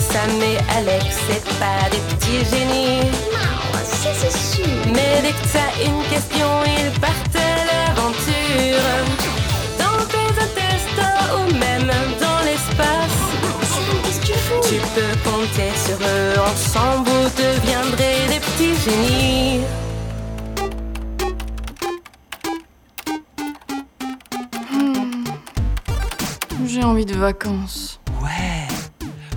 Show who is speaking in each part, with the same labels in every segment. Speaker 1: Sam et Alex, c'est pas des petits génies.
Speaker 2: Non, ça c'est sûr.
Speaker 1: Mais dès que t'as une question, ils partent à l'aventure. Dans tes intestins ou même dans l'espace,
Speaker 2: Sam, qu'est-ce que tu fous
Speaker 1: tu peux compter sur eux. Ensemble, vous deviendrez des petits génies.
Speaker 3: Hmm. J'ai envie de vacances.
Speaker 4: Ouais,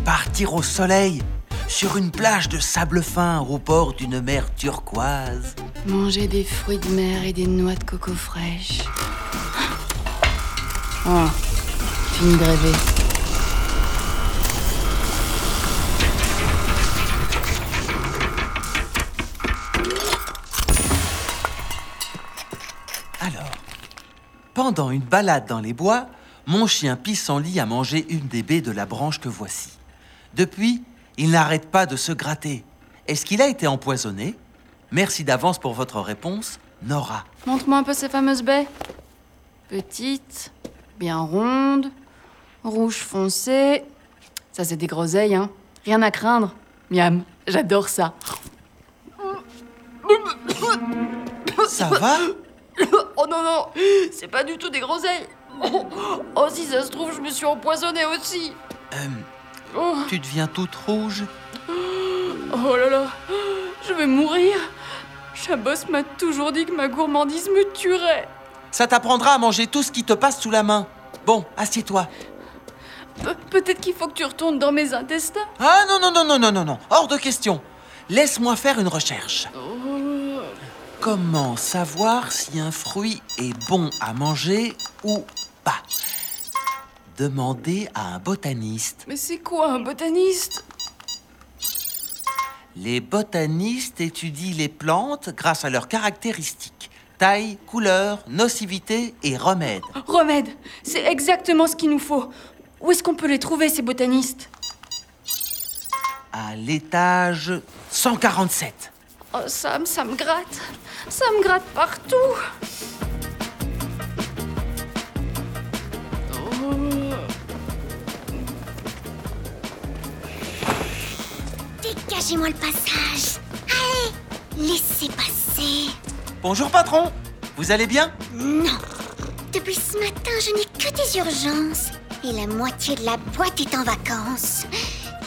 Speaker 4: partir au soleil sur une plage de sable fin au bord d'une mer turquoise.
Speaker 3: Manger des fruits de mer et des noix de coco fraîches. Oh, fini de rêver.
Speaker 4: Alors, pendant une balade dans les bois, mon chien Pissenlit a mangé une des baies de la branche que voici. Depuis, il n'arrête pas de se gratter. Est-ce qu'il a été empoisonné Merci d'avance pour votre réponse, Nora.
Speaker 3: Montre-moi un peu ces fameuses baies. Petites, bien rondes, rouge foncé. Ça, c'est des groseilles, hein. Rien à craindre. Miam, j'adore ça.
Speaker 4: Ça va
Speaker 3: Oh non, non, c'est pas du tout des groseilles. Oh, si ça se trouve, je me suis empoisonnée aussi.
Speaker 4: Euh,
Speaker 3: Oh,
Speaker 4: Tu deviens toute rouge
Speaker 3: oh là là, je vais mourir. Chabos m'a toujours dit que ma gourmandise me tuerait.
Speaker 4: Ça t'apprendra à manger tout ce qui te passe sous la main. Bon, assieds-toi.
Speaker 3: Pe- Peut-être qu'il faut que tu retournes dans mes intestins.
Speaker 4: Ah non, non, non, non, non, non, non, hors de question. Laisse-moi faire une recherche.
Speaker 3: Oh.
Speaker 4: Comment savoir si un fruit est bon à manger ou pas Demandez à un botaniste.
Speaker 3: Mais c'est quoi un botaniste
Speaker 4: Les botanistes étudient les plantes grâce à leurs caractéristiques taille, couleur, nocivité et remède.
Speaker 3: Remède, c'est exactement ce qu'il nous faut. Où est-ce qu'on peut les trouver, ces botanistes
Speaker 4: À l'étage 147.
Speaker 3: Oh, Sam, ça me gratte. Ça me gratte partout.
Speaker 2: Dégagez-moi le passage. Allez, laissez passer.
Speaker 4: Bonjour patron, vous allez bien
Speaker 2: Non. Depuis ce matin, je n'ai que des urgences. Et la moitié de la boîte est en vacances.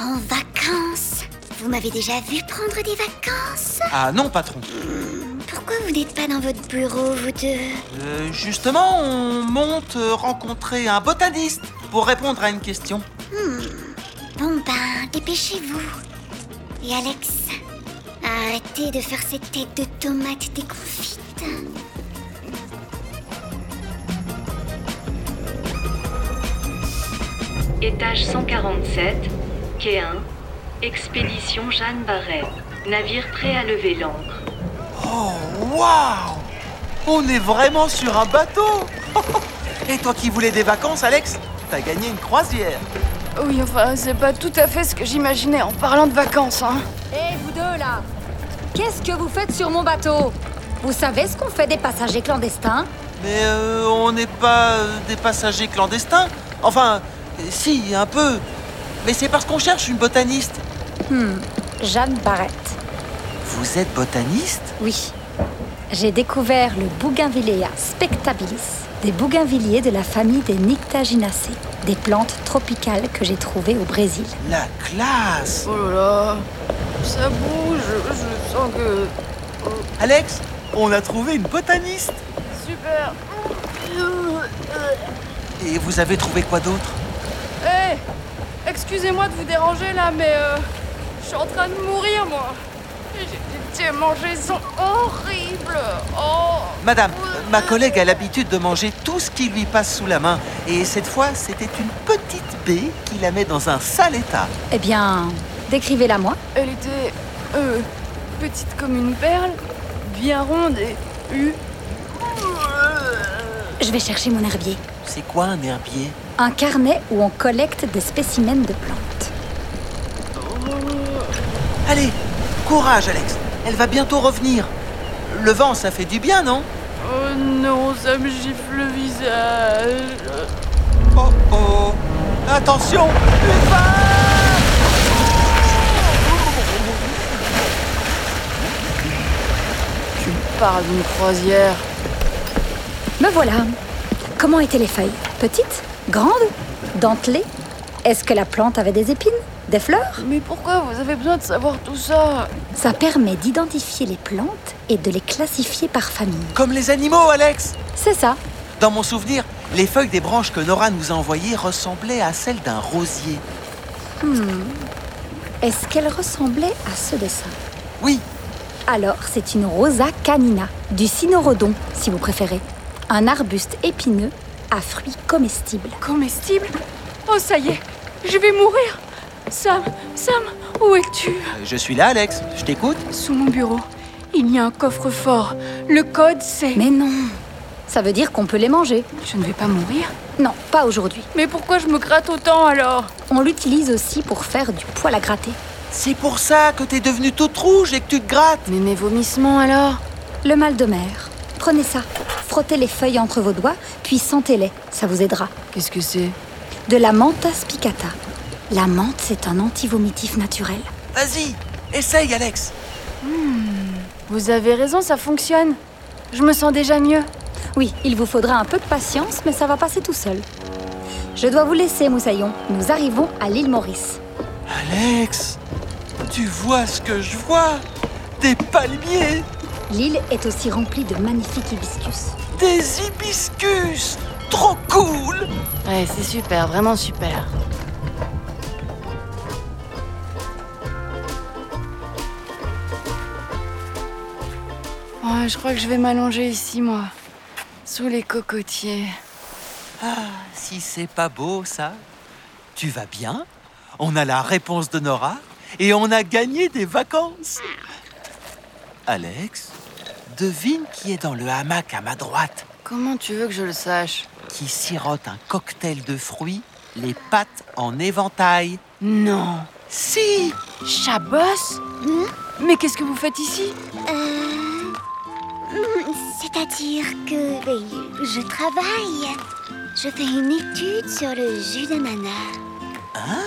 Speaker 2: En vacances. Vous m'avez déjà vu prendre des vacances
Speaker 4: Ah non patron.
Speaker 2: Pourquoi vous n'êtes pas dans votre bureau, vous deux
Speaker 4: Euh, justement, on monte euh, rencontrer un botaniste pour répondre à une question.
Speaker 2: Bon ben, dépêchez-vous. Et Alex, arrêtez de faire cette tête de tomate déconfite.
Speaker 5: Étage 147, quai 1, expédition Jeanne Barret. Navire prêt à lever l'ancre.
Speaker 4: Oh, waouh On est vraiment sur un bateau Et toi qui voulais des vacances, Alex T'as gagné une croisière
Speaker 3: Oui, enfin, c'est pas tout à fait ce que j'imaginais en parlant de vacances, hein.
Speaker 6: Hé, vous deux là Qu'est-ce que vous faites sur mon bateau Vous savez ce qu'on fait des passagers clandestins
Speaker 4: Mais euh, on n'est pas euh, des passagers clandestins Enfin, euh, si, un peu. Mais c'est parce qu'on cherche une botaniste.
Speaker 6: Jeanne Barrette.
Speaker 4: Vous êtes botaniste
Speaker 6: Oui. J'ai découvert le Bougainvillea spectabilis, des bougainvilliers de la famille des Nyctaginacées, des plantes tropicales que j'ai trouvées au Brésil.
Speaker 4: La classe
Speaker 3: Oh là là, ça bouge, je sens que...
Speaker 4: Alex, on a trouvé une botaniste
Speaker 3: Super
Speaker 4: Et vous avez trouvé quoi d'autre
Speaker 3: Hé Excusez-moi de vous déranger là, mais euh, je suis en train de mourir, moi J'ai des démangeaisons horribles Oh
Speaker 4: Madame, euh, ma collègue a l'habitude de manger tout ce qui lui passe sous la main. Et cette fois, c'était une petite baie qui la met dans un sale état.
Speaker 6: Eh bien, décrivez-la moi.
Speaker 3: Elle était, euh, petite comme une perle, bien ronde et U. Oh,
Speaker 6: Je vais chercher mon herbier.
Speaker 4: C'est quoi un herbier
Speaker 6: Un carnet où on collecte des spécimens de plantes.
Speaker 4: Allez, courage, Alex. Elle va bientôt revenir. Le vent, ça fait du bien, non
Speaker 3: Oh non, ça me gifle le visage
Speaker 4: Oh oh Attention Une vague
Speaker 3: parle d'une croisière.
Speaker 6: Me voilà. Comment étaient les feuilles Petites Grandes Dentelées Est-ce que la plante avait des épines Des fleurs
Speaker 3: Mais pourquoi vous avez besoin de savoir tout ça
Speaker 6: Ça permet d'identifier les plantes et de les classifier par famille.
Speaker 4: Comme les animaux, Alex
Speaker 6: C'est ça.
Speaker 4: Dans mon souvenir, les feuilles des branches que Nora nous a envoyées ressemblaient à celles d'un rosier.
Speaker 6: Est-ce qu'elle ressemblait à ce dessin
Speaker 4: Oui,
Speaker 6: Alors, c'est une rosa canina, du cynorhodon, si vous préférez. Un arbuste épineux à fruits comestibles.
Speaker 3: Comestible Oh, ça y est, je vais mourir Sam, Sam, où es-tu
Speaker 4: euh, je suis là, Alex. Je t'écoute.
Speaker 3: Sous mon bureau, il y a un coffre-fort. Le code, c'est...
Speaker 6: Mais non Ça veut dire qu'on peut les manger.
Speaker 3: je ne vais pas mourir
Speaker 6: Non, pas aujourd'hui.
Speaker 3: Mais pourquoi je me gratte autant alors
Speaker 6: On l'utilise aussi pour faire du poil à gratter.
Speaker 4: C'est pour ça que t'es devenue toute rouge et que tu te grattes.
Speaker 3: Mais mes vomissements alors
Speaker 6: Le mal de mer. Prenez ça. Frottez les feuilles entre vos doigts, puis sentez-les. Ça vous aidera.
Speaker 3: Qu'est-ce que c'est
Speaker 6: De la menta spicata. La menthe, c'est un antivomitif naturel.
Speaker 4: Vas-y, essaye, Alex.
Speaker 3: Vous avez raison, ça fonctionne. Je me sens déjà mieux.
Speaker 6: Oui, il vous faudra un peu de patience, mais ça va passer tout seul. Je dois vous laisser, Moussaillon. Nous arrivons à l'île Maurice.
Speaker 4: Alex, tu vois ce que je vois Des palmiers,
Speaker 6: L'île est aussi remplie de magnifiques hibiscus.
Speaker 4: des hibiscus. Trop cool
Speaker 3: Ouais, c'est super, vraiment super. Ouais, je crois que je vais m'allonger ici, moi. Sous les cocotiers.
Speaker 4: Ah, si c'est pas beau ça. Tu vas bien On a la réponse de Nora et on a gagné des vacances. Alex, devine qui est dans le hamac à ma droite,
Speaker 3: Comment tu veux que je le sache
Speaker 4: qui sirote un cocktail de fruits, les pattes en éventail.
Speaker 3: Non. Hmm
Speaker 4: Si
Speaker 3: Chabos Mais qu'est-ce que vous faites ici
Speaker 2: Euh... hmm, C'est-à-dire que euh, je travaille. Je fais une étude sur le jus d'ananas.
Speaker 4: Hein